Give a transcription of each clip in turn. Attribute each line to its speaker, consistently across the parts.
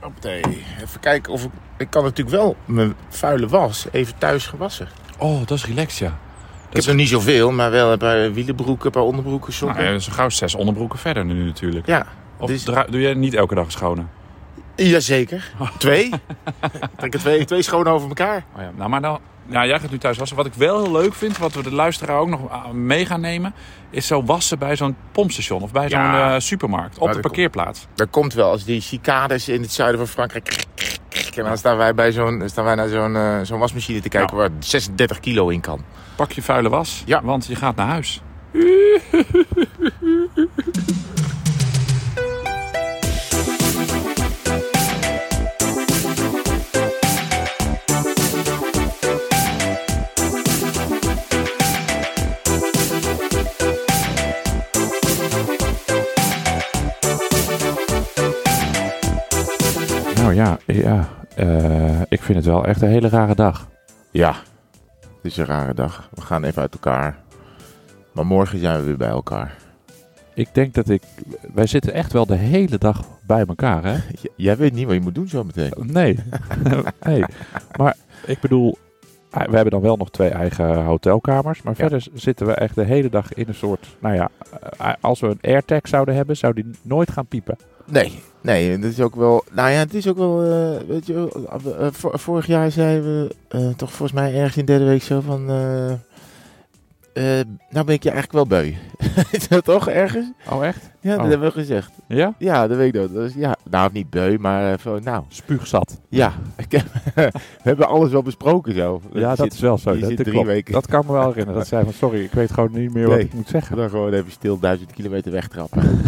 Speaker 1: Hoppatee. Oh, Even kijken of ik... Ik kan natuurlijk wel mijn vuile was even thuis gewassen.
Speaker 2: Oh, dat is relaxed, ja.
Speaker 1: Ik heb er niet zoveel, maar wel een paar wielenbroeken, een paar onderbroeken,
Speaker 2: Nou,
Speaker 1: sokken.
Speaker 2: eh, zo gauw zes onderbroeken verder nu natuurlijk.
Speaker 1: ja,
Speaker 2: Of
Speaker 1: dus-
Speaker 2: dra- doe jij niet elke dag een schone?
Speaker 1: jazeker. Twee. ik trek er Oh. twee, twee schoon over elkaar.
Speaker 2: Oh ja, nou, maar dan, nou, jij gaat nu thuis wassen. Wat ik wel heel leuk vind, wat we de luisteraar ook nog ah, mee gaan nemen, is zo wassen bij zo'n pompstation of bij zo'n
Speaker 1: Ja.
Speaker 2: eh, supermarkt op
Speaker 1: dat
Speaker 2: de
Speaker 1: komt.
Speaker 2: parkeerplaats.
Speaker 1: Dat komt wel als die cicades in het zuiden van Frankrijk... En dan staan wij, bij zo'n, staan wij naar zo'n, eh, zo'n wasmachine te kijken waar 36 kilo in kan.
Speaker 2: Pak je vuile was,
Speaker 1: Ja.
Speaker 2: want je gaat naar huis. Nou ja, ja eh, ik vind het wel echt een hele rare dag.
Speaker 1: Ja, het is een rare dag. We gaan even uit elkaar. Maar morgen zijn we weer bij elkaar.
Speaker 2: Ik denk dat ik. Wij zitten echt wel de hele dag bij elkaar, hè?
Speaker 1: J- jij weet niet wat je moet doen zo meteen.
Speaker 2: Nee. nee. Maar ik bedoel. eh, We hebben dan wel nog twee eigen hotelkamers. Maar verder z- zitten we echt de hele dag in een soort. Nou ja, eh, als we een AirTag zouden hebben, zou die nooit gaan piepen.
Speaker 1: Nee, nee, en dat is ook wel. Nou ja, het is ook wel. eh, weet je, wel, eh, we- eh, vor- vorig jaar zeiden we eh, toch volgens mij ergens in de derde week zo van. eh, eh, nou ben ik je eigenlijk wel beu. is dat toch ergens?
Speaker 2: Oh, echt?
Speaker 1: Ja, dat
Speaker 2: Oh.
Speaker 1: hebben we gezegd.
Speaker 2: Ja?
Speaker 1: Ja, dat weet ik nog. dat. is- ja, nou, niet beu, maar eh, van, nou.
Speaker 2: Spuugzat.
Speaker 1: Ja, ik heb- we hebben alles wel besproken zo.
Speaker 2: Ja, dat is wel zo.
Speaker 1: je
Speaker 2: Dat,
Speaker 1: zit
Speaker 2: dat
Speaker 1: drie
Speaker 2: klopt.
Speaker 1: weken.
Speaker 2: dat kan me wel herinneren. Dat zei van sorry, ik weet gewoon niet meer wat
Speaker 1: Nee.
Speaker 2: ik moet zeggen.
Speaker 1: Dan gewoon even stil duizend kilometer wegtrappen.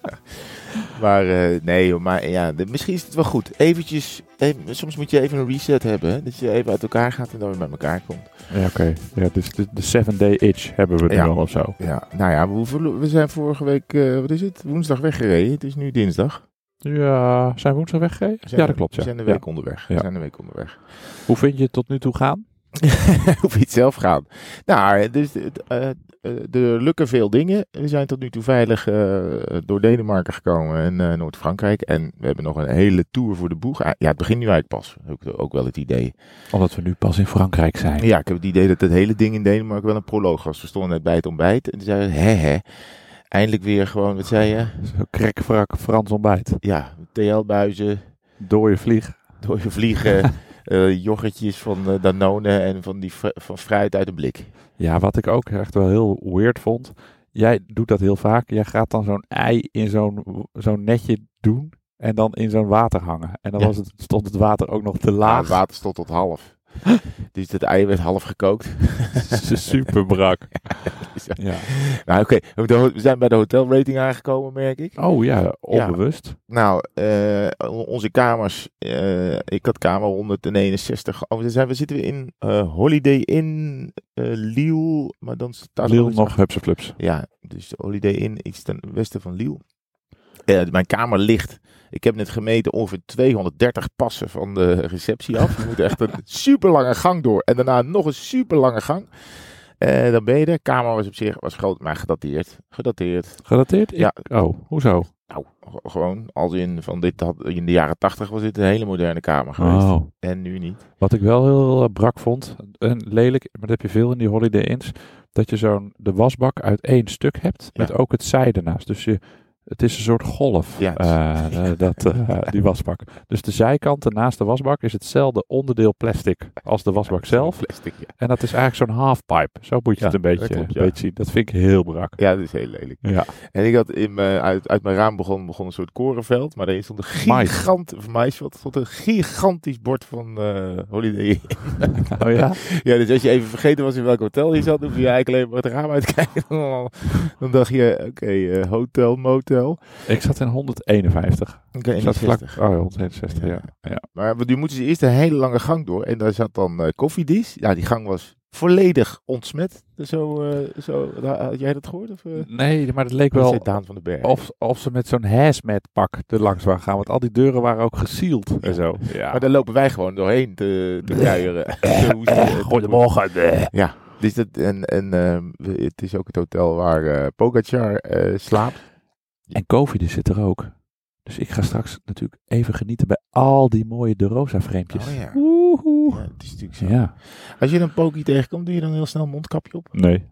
Speaker 1: maar eh, nee, joh, maar ja, de- misschien is het wel goed. Eventjes, even- soms moet je even een reset hebben. hè, Dat je even uit elkaar gaat en dan weer met elkaar komt.
Speaker 2: Ja, oké. Ja, dus de, de seven day itch hebben we nu
Speaker 1: Ja.
Speaker 2: al of zo.
Speaker 1: Ja, nou ja, we, hoeven- we zijn vorige week, eh, wat is het, woensdag weggereden. Het is nu dinsdag.
Speaker 2: Ja, zijn we woensdag weggegaan?
Speaker 1: We zijn-
Speaker 2: Ja, dat klopt. Ja.
Speaker 1: We zijn een
Speaker 2: Ja.
Speaker 1: week onderweg. We
Speaker 2: Ja.
Speaker 1: zijn een week onderweg.
Speaker 2: Hoe vind je het tot nu toe gaan?
Speaker 1: Hoe iets zelf gaan. Nou, dus, het, eh, eh, er lukken veel dingen. We zijn tot nu toe veilig eh, door Denemarken gekomen en eh, Noord-Frankrijk. En we hebben nog een hele tour voor de boeg. Ah, ja, het begint nu eigenlijk pas. Ook, ook wel het idee.
Speaker 2: Omdat we nu pas in Frankrijk zijn.
Speaker 1: Ja, ik heb het idee dat het hele ding in Denemarken wel een proloog was. We stonden net bij het ontbijt en toen zeiden we, hè hè. Eindelijk weer gewoon, wat zei je?
Speaker 2: Zo'n krekvrak Frans ontbijt.
Speaker 1: Ja, TL-buizen,
Speaker 2: Dooie vlieg.
Speaker 1: dode vliegen, eh yoghurtjes van eh, Danone en van, die fr- van fruit uit een blik.
Speaker 2: Ja, wat ik ook echt wel heel weird vond. Jij doet dat heel vaak. Jij gaat dan zo'n ei in zo'n zo'n netje doen. En dan in zo'n water hangen. En dan
Speaker 1: Ja.
Speaker 2: was het, stond het water ook nog te
Speaker 1: Ja,
Speaker 2: laag.
Speaker 1: het Nou, water stond tot half. dus dat ei werd half gekookt.
Speaker 2: Super brak. ja.
Speaker 1: Nou, oké. we de ho- We zijn bij de hotelrating aangekomen, merk ik.
Speaker 2: Oh ja, onbewust.
Speaker 1: Nou, eh, on- onze kamers. eh, ik had kamer 161. Oh, daar zijn we zitten we in eh, Holiday Inn, eh Lille. Maar dan staat er
Speaker 2: Lil
Speaker 1: iets
Speaker 2: nog hupse flups.
Speaker 1: Ja, dus de Holiday Inn, iets ten westen van Lille. Eh, mijn kamer ligt, ik heb net gemeten, ongeveer 230 passen van de receptie af. Je moet echt een super lange gang door en daarna nog een super lange gang. Eh, dan ben je er. Kamer was op zich was groot, maar gedateerd. Gedateerd.
Speaker 2: Gedateerd? Ik-
Speaker 1: Ja.
Speaker 2: Oh, hoezo?
Speaker 1: Nou, g- gewoon als in van dit had, in de jaren 80 was dit een hele moderne kamer geweest.
Speaker 2: Oh.
Speaker 1: En nu niet.
Speaker 2: Wat ik wel heel eh, brak vond, en lelijk, maar dat heb je veel in die Holiday Inns, dat je zo'n de wasbak uit één stuk hebt, met ook het zij ernaast. Dus je, het is een soort golf,
Speaker 1: Ja.
Speaker 2: eh, eh, dat, eh, die wasbak. Dus de zijkanten naast de wasbak is hetzelfde onderdeel plastic als de wasbak zelf.
Speaker 1: Plastic, ja.
Speaker 2: En dat is eigenlijk zo'n halfpipe. Zo moet je
Speaker 1: Ja,
Speaker 2: het een beetje,
Speaker 1: dat klopt,
Speaker 2: een
Speaker 1: ja.
Speaker 2: beetje zien. Dat vind ik heel brak.
Speaker 1: Ja, dat is heel lelijk.
Speaker 2: Ja.
Speaker 1: En ik had in mijn, uit, uit mijn raam begon, begon een soort korenveld. Maar er stond een
Speaker 2: Mais.
Speaker 1: gigant, of maisveld, stond een gigantisch bord van eh, Holiday Inn.
Speaker 2: Oh ja?
Speaker 1: ja, dus als je even vergeten was in welk hotel je zat, dan je eigenlijk alleen maar het raam uitkijken. dan dacht je, oké, eh, hotel, motel.
Speaker 2: Ik zat in 151.
Speaker 1: Oké,
Speaker 2: Ik zat vlak...
Speaker 1: 61.
Speaker 2: Oh, ja, 161, ja. ja.
Speaker 1: Maar nu moeten ze eerst een hele lange gang door. En daar zat dan eh koffiedis. Ja, die gang was volledig ontsmet. Zo, eh, zo, had jij dat gehoord? Of, eh?
Speaker 2: Nee, maar het leek
Speaker 1: Dat
Speaker 2: wel...
Speaker 1: zei Daan van den Berg.
Speaker 2: Of, of ze met zo'n hazmat pak er langs waren gaan. Want al die deuren waren ook gesield en zo.
Speaker 1: Maar
Speaker 2: Ja.
Speaker 1: daar lopen wij gewoon doorheen te, te kuieren. Te hoesten.
Speaker 2: Eh, Goedemorgen.
Speaker 1: Dus dat, en en ehm, we- het is ook het hotel waar eh Pogacar eh, slaapt.
Speaker 2: En COVID is zit er ook. Dus ik ga straks natuurlijk even genieten bij al die mooie De Rosa-framepjes.
Speaker 1: Oh ja.
Speaker 2: Woehoe.
Speaker 1: Ja, het is natuurlijk zo.
Speaker 2: Ja.
Speaker 1: Als je een pokie tegenkomt, doe je dan heel snel een mondkapje op?
Speaker 2: Nee.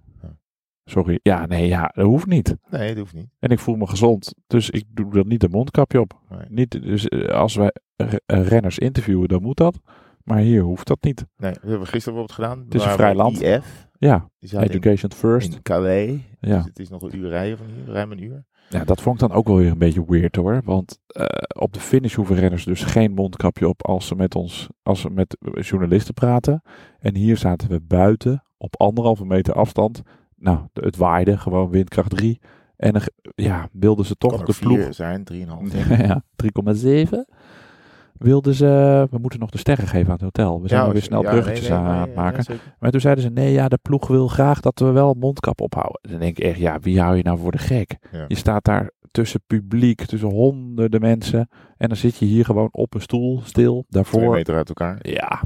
Speaker 2: Sorry. Ja, nee, ja, dat hoeft niet.
Speaker 1: Nee, dat hoeft niet.
Speaker 2: En ik voel me gezond, dus ik doe er niet een mondkapje op.
Speaker 1: Nee.
Speaker 2: Niet, dus eh, als wij r- eh, renners interviewen, dan moet dat. Maar hier hoeft dat niet.
Speaker 1: Nee, dat hebben we gisteren bijvoorbeeld gedaan.
Speaker 2: is een
Speaker 1: Waar
Speaker 2: vrij
Speaker 1: we
Speaker 2: land.
Speaker 1: IF.
Speaker 2: Ja,
Speaker 1: Die zaten in,
Speaker 2: education first.
Speaker 1: in Calais. Dus
Speaker 2: Ja.
Speaker 1: het is nog een uur rijden van hier, ruim een uur.
Speaker 2: ja, dat vond ik dan ook wel weer een beetje weird hoor. Want eh, op de finish hoeven renners dus geen mondkapje op als ze met ons, als ze met journalisten praten. En hier zaten we buiten op anderhalve meter afstand. Nou, de- het waaide gewoon windkracht 3. En dan, ge- ja, wilden ze toch
Speaker 1: Kan ook
Speaker 2: de ploeg
Speaker 1: vier zijn, drieënhalf. denk ik.
Speaker 2: Ja, 3,7. Wilden ze, we moeten nog de sterren geven aan het hotel. We zijn
Speaker 1: Ja,
Speaker 2: weer
Speaker 1: zo-
Speaker 2: snel
Speaker 1: ja,
Speaker 2: bruggetjes
Speaker 1: nee, nee,
Speaker 2: aan
Speaker 1: nee,
Speaker 2: het
Speaker 1: ja,
Speaker 2: maken.
Speaker 1: zeker.
Speaker 2: maar toen zeiden ze, nee ja, de ploeg wil graag dat we wel een mondkap ophouden. Dan denk ik echt, ja, wie hou je nou voor de gek?
Speaker 1: Ja.
Speaker 2: Je staat daar tussen publiek, tussen honderden mensen. En dan zit je hier gewoon op een stoel, stil,
Speaker 1: Twee
Speaker 2: daarvoor.
Speaker 1: meter uit elkaar.
Speaker 2: Ja.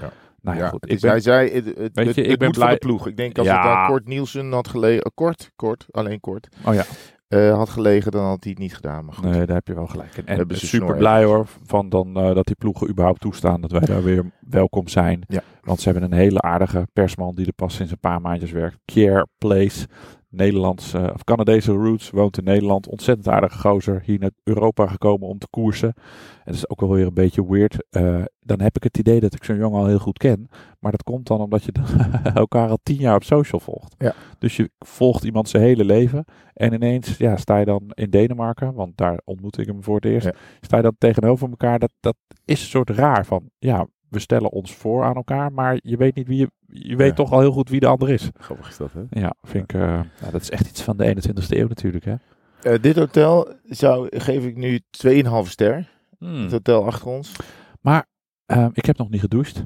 Speaker 1: Ja.
Speaker 2: Nou ja,
Speaker 1: Ja,
Speaker 2: goed.
Speaker 1: het
Speaker 2: Ik
Speaker 1: is-
Speaker 2: ben,
Speaker 1: Hij zei, het, het,
Speaker 2: Weet
Speaker 1: het-
Speaker 2: je, ik
Speaker 1: het
Speaker 2: ben
Speaker 1: moet van
Speaker 2: blij-
Speaker 1: de ploeg. Ik denk als
Speaker 2: Ja.
Speaker 1: het aan Kort Nielsen had gelegen, eh, kort, kort, alleen kort,
Speaker 2: oh ja,
Speaker 1: eh, had gelegen, dan had hij het niet gedaan. Maar goed.
Speaker 2: nee, daar heb je wel gelijk in. En
Speaker 1: hebben ze
Speaker 2: super
Speaker 1: snor
Speaker 2: blij hoor, van dan, eh, dat die ploegen überhaupt toestaan dat wij daar weer welkom zijn.
Speaker 1: Ja.
Speaker 2: Want ze hebben een hele aardige persman die er pas sinds een paar maandjes werkt. Care Place, Nederlands, eh, of Canadese roots, woont in Nederland. Ontzettend aardige gozer, hier naar Europa gekomen om te koersen. En dat is ook wel weer een beetje weird. Eh, dan heb ik het idee dat ik zo'n jongen al heel goed ken. Maar dat komt dan omdat je dan elkaar al tien jaar op social volgt.
Speaker 1: Ja.
Speaker 2: Dus je volgt iemand zijn hele leven. En ineens ja, sta je dan in Denemarken, want daar ontmoette ik hem voor het eerst.
Speaker 1: Ja.
Speaker 2: Sta je dan tegenover elkaar. Dat, dat is een soort raar van, ja, we stellen ons voor aan elkaar. Maar je weet, niet wie je, je weet
Speaker 1: Ja.
Speaker 2: toch al heel goed wie de ander is.
Speaker 1: Grappig is dat, hè?
Speaker 2: Ja, vind ik, eh, nou, dat is echt iets van de 21ste eeuw natuurlijk. Hè?
Speaker 1: Eh, dit hotel zou, geef ik nu 2,5 ster.
Speaker 2: Hm.
Speaker 1: Het hotel achter ons.
Speaker 2: Ehm, ik heb nog niet gedoucht.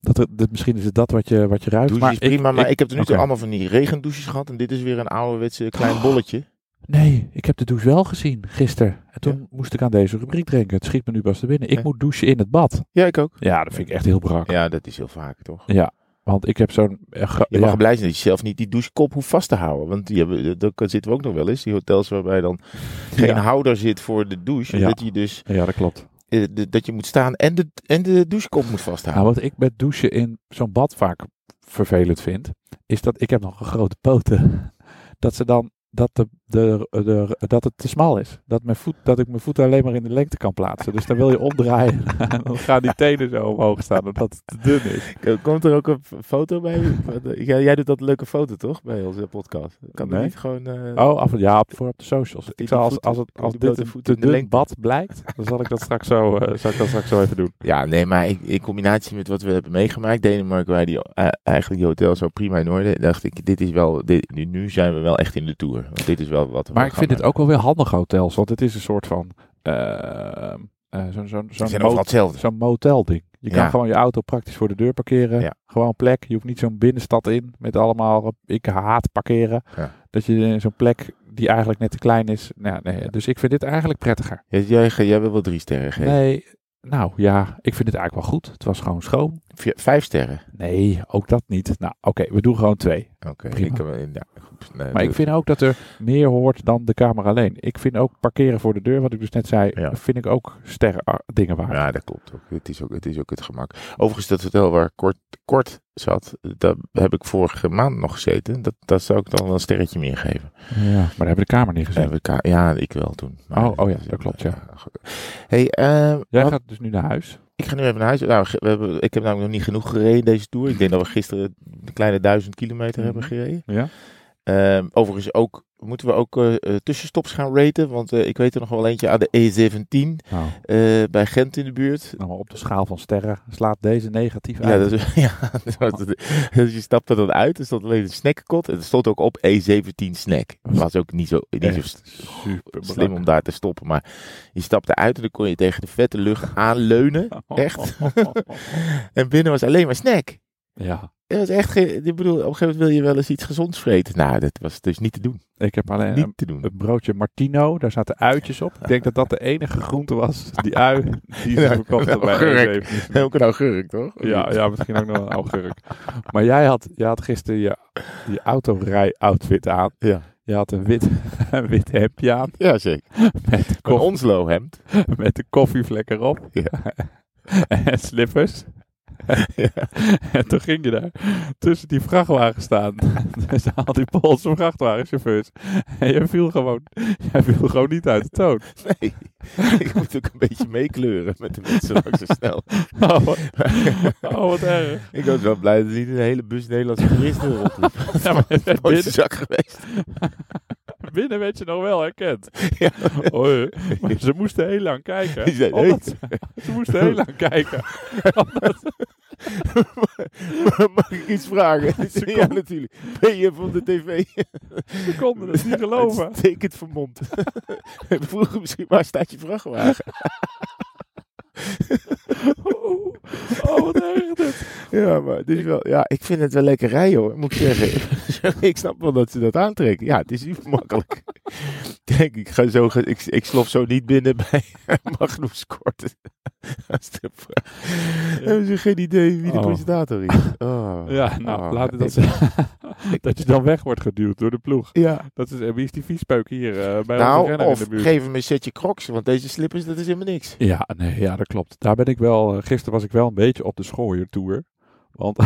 Speaker 2: Dat, dat, misschien is het dat wat je, wat je ruikt.
Speaker 1: Douche is
Speaker 2: maar ik-
Speaker 1: prima, maar ik,
Speaker 2: ik-
Speaker 1: heb er nu toe
Speaker 2: oké. Oh.
Speaker 1: allemaal van die regendouches gehad. En dit is weer een ouderwetse klein bolletje.
Speaker 2: Nee, ik heb de douche wel gezien gisteren. En toen
Speaker 1: Ja.
Speaker 2: moest ik aan deze rubriek drinken. Het schiet me nu pas te binnen. Ik
Speaker 1: Ja.
Speaker 2: moet douchen in het bad.
Speaker 1: Ja, ik ook.
Speaker 2: Ja, dat vind ik echt heel brak.
Speaker 1: Ja, dat is heel vaak, toch?
Speaker 2: Want ik heb zo'n... eh, gro-
Speaker 1: Je mag
Speaker 2: ja,
Speaker 1: blij zijn dat je zelf niet die douchekop hoeft vast te houden. Want die hebben, eh, daar zitten we ook nog wel eens. Die hotels waarbij dan geen
Speaker 2: Ja.
Speaker 1: houder zit voor de douche.
Speaker 2: Ja.
Speaker 1: Dat je dus
Speaker 2: ja, dat klopt.
Speaker 1: eh, de- dat je moet staan en de, en de douchekop moet
Speaker 2: Nou,
Speaker 1: vasthouden.
Speaker 2: wat ik met douchen in zo'n bad vaak vervelend vind... is dat ik heb nog een grote poten. Dat ze dan... Dat, de, de, de, dat het te smal is. Dat, mijn voet, dat ik mijn voet alleen maar in de lengte kan plaatsen. Dus dan wil je omdraaien. En dan gaan die tenen zo omhoog staan. Omdat het te dun is.
Speaker 1: Eh, Komt er ook een f- foto bij? Wat, eh, jij, jij doet dat leuke foto toch bij onze podcast? Kan dat
Speaker 2: Nee.
Speaker 1: niet gewoon. eh,
Speaker 2: Oh, af, ja, op- voor op de socials.
Speaker 1: die
Speaker 2: Ik zal als,
Speaker 1: voeten-
Speaker 2: als, het,
Speaker 1: die
Speaker 2: als dit
Speaker 1: blote
Speaker 2: een
Speaker 1: voeten
Speaker 2: te
Speaker 1: in de
Speaker 2: dun
Speaker 1: lengte.
Speaker 2: bad blijkt, dan zal ik dat straks zo, eh, zal ik dat straks zo even doen.
Speaker 1: Ja, nee, maar ik- in combinatie met wat we hebben meegemaakt, Denemarken, waar die eh, eigenlijk die hotel zo prima in orde, dacht ik, dit is wel, dit, nu- nu zijn we wel echt in de tour. Want dit is wel wat we
Speaker 2: Maar ik
Speaker 1: gaan
Speaker 2: vind het
Speaker 1: maken.
Speaker 2: ook wel weer handige hotels, want het is een soort van eh, eh, zo'n zo'n
Speaker 1: Ze
Speaker 2: zo'n
Speaker 1: zijn
Speaker 2: mo-
Speaker 1: overal hetzelfde.
Speaker 2: zo'n motelding. Je kan
Speaker 1: Ja.
Speaker 2: gewoon je auto praktisch voor de deur parkeren.
Speaker 1: Ja.
Speaker 2: Gewoon plek. Je hoeft niet zo'n binnenstad in met allemaal eh, ik haat parkeren.
Speaker 1: Ja.
Speaker 2: Dat je in zo'n plek die eigenlijk net te klein is. Nou, nee, dus ik vind dit eigenlijk prettiger.
Speaker 1: Jij, jij, ge- jij wil wel drie sterren geven.
Speaker 2: Nee, nou ja, ik vind het eigenlijk wel goed. Het was gewoon schoon.
Speaker 1: Vier- vijf sterren.
Speaker 2: Nee, ook dat niet. Nou, oké, we doen gewoon twee.
Speaker 1: Oké.
Speaker 2: Prima.
Speaker 1: ik kan- ja, dus- goed. Nee,
Speaker 2: Maar ik
Speaker 1: dat-
Speaker 2: vind ook dat er meer hoort dan de kamer alleen. Ik vind ook parkeren voor de deur, wat ik dus net zei,
Speaker 1: Ja.
Speaker 2: vind ik ook sterren ah, dingen waard.
Speaker 1: Ja, dat klopt ook. Het is ook het, is ook het gemak. Overigens, dat hotel waar kort, kort zat, daar heb ik vorige maand nog gezeten. Dat, dat zou ik dan wel een sterretje meer geven.
Speaker 2: Ja, maar daar hebben we de kamer niet gezien.
Speaker 1: Hebben we elkaar- Ja, ik wel toen.
Speaker 2: Oh, oh ja, dat klopt, ja.
Speaker 1: goed. Hey, eh,
Speaker 2: Jij
Speaker 1: wat-
Speaker 2: gaat dus nu naar huis.
Speaker 1: ik ga nu even naar huis. Nou, ge- we hebben, ik heb namelijk nog niet genoeg gereden deze tour. Ik denk dat we gisteren een kleine duizend kilometer hebben
Speaker 2: Mhm.
Speaker 1: gereden.
Speaker 2: Ja.
Speaker 1: Ehm, overigens ook, moeten we ook eh, eh, tussenstops gaan raten. Want eh, ik weet er nog wel eentje aan de E17
Speaker 2: Nou,
Speaker 1: eh, bij Gent in de buurt.
Speaker 2: nou maar op de schaal van sterren slaat deze negatief
Speaker 1: Ja,
Speaker 2: uit.
Speaker 1: dat is, ja dat was het. dus je stapte dat uit. Er stond alleen een snackkot. En er stond ook op E17 snack. Dat was ook niet zo, niet zo
Speaker 2: Echt super
Speaker 1: slim om daar te stoppen. Maar je stapte uit en dan kon je tegen de vette lucht aanleunen. Echt? En binnen was alleen maar snack.
Speaker 2: ja,
Speaker 1: Dat was echt geen, ik bedoel, op een gegeven moment wil je wel eens iets gezonds vreten. Nou, dat was dus niet te doen.
Speaker 2: ik heb alleen
Speaker 1: niet
Speaker 2: een,
Speaker 1: te doen.
Speaker 2: een broodje Martino, daar zaten uitjes op. Ik denk dat dat de enige groente was, die ui, die ze
Speaker 1: Ja,
Speaker 2: verkochten bij
Speaker 1: augurk.
Speaker 2: E17.
Speaker 1: Ook een augurk, toch?
Speaker 2: Ja, ja, misschien ook nog wel een augurk. Maar jij had, jij had gisteren je, je autorij-outfit aan.
Speaker 1: Ja.
Speaker 2: Je had een wit, een wit hemdje aan
Speaker 1: Ja, zeker.
Speaker 2: met de,
Speaker 1: Een
Speaker 2: koff-
Speaker 1: Onslow hemd.
Speaker 2: met de koffievlek erop.
Speaker 1: Ja.
Speaker 2: en slippers.
Speaker 1: Ja.
Speaker 2: En toen ging je daar tussen die vrachtwagen staan. Dus al die Poolse vrachtwagenchauffeurs. En je viel gewoon, jij viel gewoon niet uit de toon.
Speaker 1: Nee, ik moet ook een beetje meekleuren met de mensen langs zo snel.
Speaker 2: Oh, wat- oh, wat erg.
Speaker 1: Ik was wel blij dat er niet een hele bus Nederlandse toeristen erop liep.
Speaker 2: Ja, maar
Speaker 1: Nooit een
Speaker 2: binnen,
Speaker 1: zak geweest.
Speaker 2: binnen werd je nog wel herkend.
Speaker 1: Ja.
Speaker 2: Oh, maar ze moesten heel lang kijken.
Speaker 1: Die zei,
Speaker 2: Omdat ze, ze moesten heel lang kijken.
Speaker 1: Mag ik iets vragen?
Speaker 2: Ze
Speaker 1: Ja,
Speaker 2: kon-
Speaker 1: natuurlijk. Ben je van de tv?
Speaker 2: Ze konden het niet geloven.
Speaker 1: Uitstekend vermomd. Ik vroeg hem misschien, waar staat je vrachtwagen?
Speaker 2: Oh, oh, wat erg dit.
Speaker 1: Ja, maar het is wel, ja, ik vind het wel lekker rijden hoor, moet ik zeggen. ik snap wel dat ze dat aantrekken. Ja, het is super makkelijk. Ik Denk, ik, ga zo, ge- ik, ik slof zo niet binnen bij Magnus Kort. Als de vraag. Hebben ze geen idee wie de
Speaker 2: Oh.
Speaker 1: presentator is? Oh.
Speaker 2: Ja, nou,
Speaker 1: Oh,
Speaker 2: laten we dat
Speaker 1: ik-
Speaker 2: ze- Dat je dan weg wordt geduwd door de ploeg.
Speaker 1: Ja,
Speaker 2: Dat is, eh, wie is die viespeuk hier eh, bij onze
Speaker 1: nou,
Speaker 2: renner
Speaker 1: of
Speaker 2: in de buurt?
Speaker 1: geef hem een setje crocs, want deze slippers, dat is helemaal niks.
Speaker 2: Ja, nee, ja, dat klopt. Daar ben ik wel. eh, gisteren was ik wel een beetje op de schooier tour. Want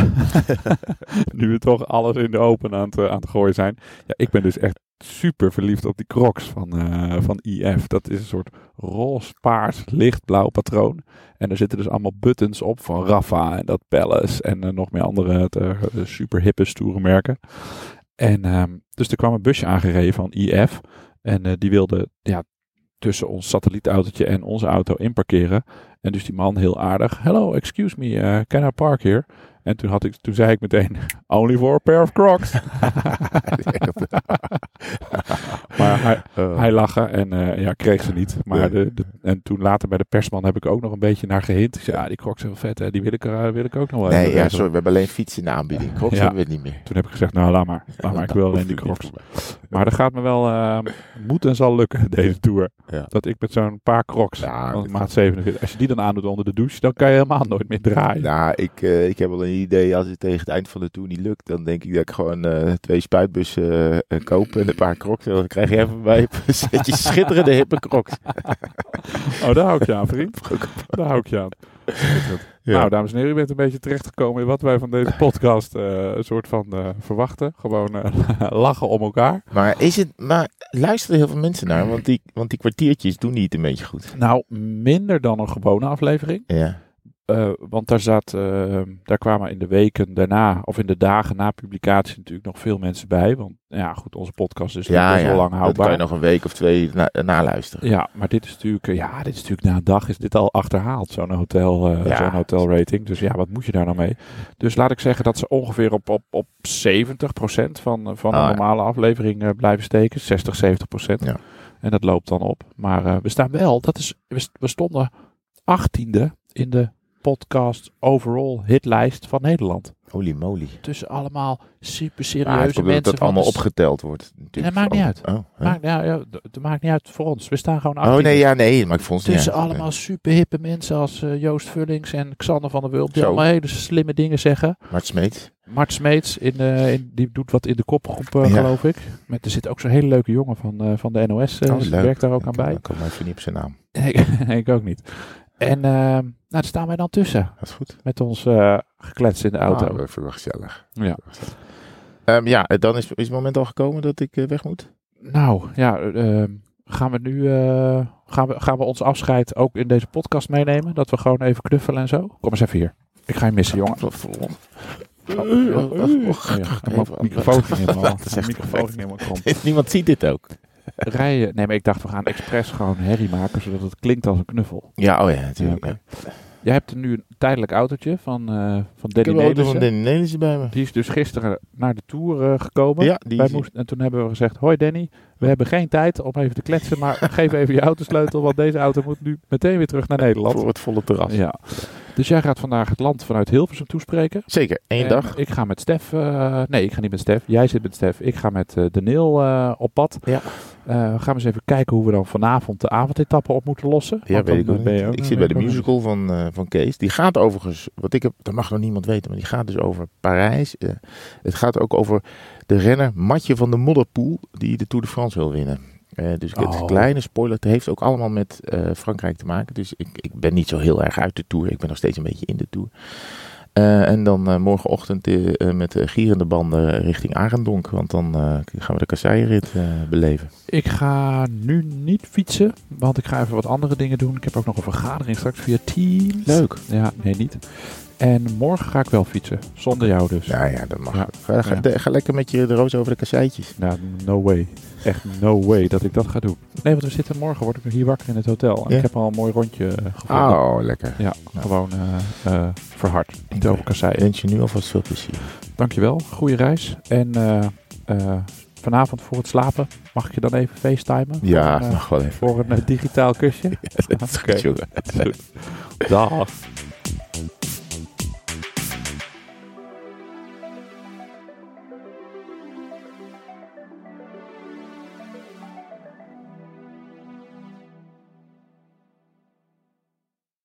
Speaker 2: nu we toch alles in de open aan het, eh, aan het gooien zijn. Ja, ik ben dus echt super verliefd op die crocs van, eh, van IF. Dat is een soort roze, paars, lichtblauw patroon. En er zitten dus allemaal buttons op van Rafa en dat Palace en eh, nog meer andere eh, super hippe, stoere merken. En ehm, dus er kwam een busje aangereden van IF. En eh, die wilde ja, tussen ons satellietautootje en onze auto inparkeren. En dus die man heel aardig. Hello, excuse me, eh, can I park here? En toen, had ik, toen zei ik meteen, only for a pair of crocs. maar hij,
Speaker 1: Oh.
Speaker 2: hij lachen en eh, ja, kreeg ze niet. Maar
Speaker 1: Nee.
Speaker 2: de, de- en toen later bij de persman heb ik ook nog een beetje naar gehint. Ik zei, ja, die crocs zijn wel vet, hè. die wil ik, er, eh, wil ik ook nog wel
Speaker 1: Nee,
Speaker 2: even
Speaker 1: ja,
Speaker 2: hebben."
Speaker 1: sorry, we hebben alleen fietsen in de aanbieding. Crocs
Speaker 2: Ja.
Speaker 1: hebben we het niet meer.
Speaker 2: Toen heb ik gezegd, nou laat maar, laat maar ik wil alleen die crocs. Maar dat gaat me wel, eh, moet en zal lukken deze tour.
Speaker 1: Ja.
Speaker 2: Dat ik met zo'n paar crocs,
Speaker 1: Ja,
Speaker 2: van
Speaker 1: dit-
Speaker 2: maat 47, als je die dan aandoet onder de douche, dan kan je helemaal nooit meer draaien.
Speaker 1: Nou, ik, eh, ik heb wel een idee. Als het tegen het eind van de tour niet lukt, dan denk ik dat ik gewoon eh, twee spuitbussen eh, eh, koop en een paar crocs. En Dan krijg je even bij een setje schitterende hippe crocs.
Speaker 2: Oh, daar hou ik je aan, vriend. Daar hou ik je aan.
Speaker 1: Ja.
Speaker 2: Nou, dames en heren, u bent een beetje terechtgekomen in wat wij van deze podcast eh, een soort van eh, verwachten. Gewoon eh, lachen om elkaar.
Speaker 1: Maar, is het, maar luisteren heel veel mensen naar, want die, want die kwartiertjes doen niet een beetje goed.
Speaker 2: Nou, minder dan een gewone aflevering.
Speaker 1: Ja,
Speaker 2: Eh, want daar, zat, eh, daar kwamen in de weken daarna, of in de dagen na publicatie natuurlijk nog veel mensen bij. Want ja, goed, onze podcast is
Speaker 1: ja,
Speaker 2: best
Speaker 1: ja.
Speaker 2: wel lang
Speaker 1: dat kan je
Speaker 2: houdbaar.
Speaker 1: nog een week of twee na, naluisteren.
Speaker 2: Ja, maar dit is natuurlijk, eh, ja, dit is natuurlijk na een dag is dit al achterhaald, zo'n hotel, eh
Speaker 1: Ja.
Speaker 2: zo'n hotelrating. Dus ja, wat moet je daar nou mee? Dus laat ik zeggen dat ze ongeveer op, op, op 70% van, eh, van
Speaker 1: Ah,
Speaker 2: een
Speaker 1: ja.
Speaker 2: normale aflevering eh, blijven steken. 60, 70%.
Speaker 1: Ja.
Speaker 2: En dat loopt dan op. Maar eh, we staan wel, dat is, we, st- we stonden 18e in de podcast overall hitlijst van Nederland.
Speaker 1: Holy moly.
Speaker 2: Tussen allemaal super
Speaker 1: Maar Ah, het
Speaker 2: serieuze
Speaker 1: komt omdat
Speaker 2: mensen.
Speaker 1: dat
Speaker 2: van
Speaker 1: allemaal
Speaker 2: de s-
Speaker 1: opgeteld wordt. natuurlijk.
Speaker 2: Nee, maakt niet uit.
Speaker 1: Oh, hè?
Speaker 2: Maakt, nou, ja, d- d- maakt niet uit voor ons. We staan gewoon 18e.
Speaker 1: oh nee, ja, nee, maar ik vond het niet
Speaker 2: Tussen
Speaker 1: uit.
Speaker 2: allemaal superhippe mensen als eh, Joost Vullings en Xander van der Wulp. Die
Speaker 1: Zo.
Speaker 2: allemaal hele slimme dingen zeggen.
Speaker 1: Maar het smeet.
Speaker 2: Mart Smeets, in, eh, in, die doet wat in de kopgroep, eh,
Speaker 1: Ja.
Speaker 2: geloof ik. Met, er zit ook zo'n hele leuke jongen van, eh, van de NOS. eh
Speaker 1: Oh,
Speaker 2: die
Speaker 1: leuk.
Speaker 2: werkt daar ook aan
Speaker 1: Ik kan-
Speaker 2: bij.
Speaker 1: Ik kom even niet op zijn naam.
Speaker 2: ik, ik ook niet. En eh, nou, daar staan wij dan tussen.
Speaker 1: Dat is goed.
Speaker 2: Met ons eh geklets in de auto.
Speaker 1: Ah, even wel gezellig.
Speaker 2: Ja.
Speaker 1: Ehm, ja, dan is, is het moment al gekomen dat ik eh, weg moet.
Speaker 2: Nou, ja, eh, ehm, gaan we nu eh, gaan we, gaan we ons afscheid ook in deze podcast meenemen? Dat we gewoon even knuffelen en zo? Kom eens even hier. Ik ga je missen, jongen.
Speaker 1: Hm.
Speaker 2: Oh ja,
Speaker 1: Even
Speaker 2: maar
Speaker 1: aan-
Speaker 2: microfoon ging helemaal.
Speaker 1: Dat is echt
Speaker 2: microfoon ging helemaal krom.
Speaker 1: Niemand ziet dit ook.
Speaker 2: Rijden. Nee, maar ik dacht we gaan expres gewoon herrie maken zodat het klinkt als een knuffel.
Speaker 1: Ja, oh ja, natuurlijk.
Speaker 2: Ja,
Speaker 1: Ja,
Speaker 2: oké. Jij hebt nu een tijdelijk autootje van, eh van
Speaker 1: Ik
Speaker 2: Danny
Speaker 1: heb een auto van
Speaker 2: Nelissen.
Speaker 1: Danny Nelissen bij me.
Speaker 2: Die is dus gisteren naar de tour eh, gekomen.
Speaker 1: Ja, die
Speaker 2: Wij
Speaker 1: is-
Speaker 2: moesten, en toen hebben we gezegd: Hoi Danny, we hebben geen tijd om even te kletsen, maar geef even je autosleutel, want deze auto moet nu meteen weer terug naar Nederland.
Speaker 1: voor het volle terras.
Speaker 2: Ja. Dus jij gaat vandaag het land vanuit Hilversum toespreken.
Speaker 1: Zeker, één
Speaker 2: En
Speaker 1: dag.
Speaker 2: Ik ga met Stef. eh, nee, ik ga niet met Stef. Jij zit met Stef. Ik ga met eh Daniel eh, op pad.
Speaker 1: Ja.
Speaker 2: Eh, we gaan eens even kijken hoe we dan vanavond de avondetappe op moeten lossen.
Speaker 1: Ja,
Speaker 2: Want
Speaker 1: weet
Speaker 2: dan,
Speaker 1: ik ook
Speaker 2: eh, ben je
Speaker 1: niet. Ik zit bij de musical van, eh, van Kees. Die gaat overigens, wat ik heb, dat mag nog niemand weten, maar die gaat dus over Parijs. Eh, het gaat ook over de renner Matje van de Modderpoel, die de Tour de France wil winnen. Eh, dus het
Speaker 2: Oh.
Speaker 1: kleine spoiler, het heeft ook allemaal met eh, Frankrijk te maken. Dus ik, ik ben niet zo heel erg uit de Tour. Ik ben nog steeds een beetje in de Tour. Eh, en dan eh, morgenochtend eh, eh, met eh, gierende banden richting Arendonk. Want dan eh, gaan we de kasseienrit eh, beleven.
Speaker 2: Ik ga nu niet fietsen, want ik ga even wat andere dingen doen. Ik heb ook nog een vergadering straks via Teams.
Speaker 1: Leuk.
Speaker 2: Ja, nee, niet. En morgen ga ik wel fietsen. Zonder jou dus.
Speaker 1: Nou ja, dat mag.
Speaker 2: Ja.
Speaker 1: Ga, ga- ga lekker met je de roos over de kasseitjes.
Speaker 2: Nou, no way. Echt no way dat ik dat ga doen. Nee, want we zitten morgen, word ik hier wakker in het hotel. En
Speaker 1: Ja.
Speaker 2: ik heb al een mooi rondje eh, gevonden.
Speaker 1: Oh, lekker.
Speaker 2: Ja, gewoon eh, eh, verhard. Niet
Speaker 1: Oké.
Speaker 2: over
Speaker 1: Ik
Speaker 2: kasseien.
Speaker 1: wens je nu alvast veel plezier.
Speaker 2: Dankjewel, goede reis. En eh, eh, vanavond voor het slapen, mag ik je dan even facetimen?
Speaker 1: Ja,
Speaker 2: Voor een, eh,
Speaker 1: mag wel even.
Speaker 2: voor een eh, digitaal kusje?
Speaker 1: Dat is goed, jongen.
Speaker 2: Dag.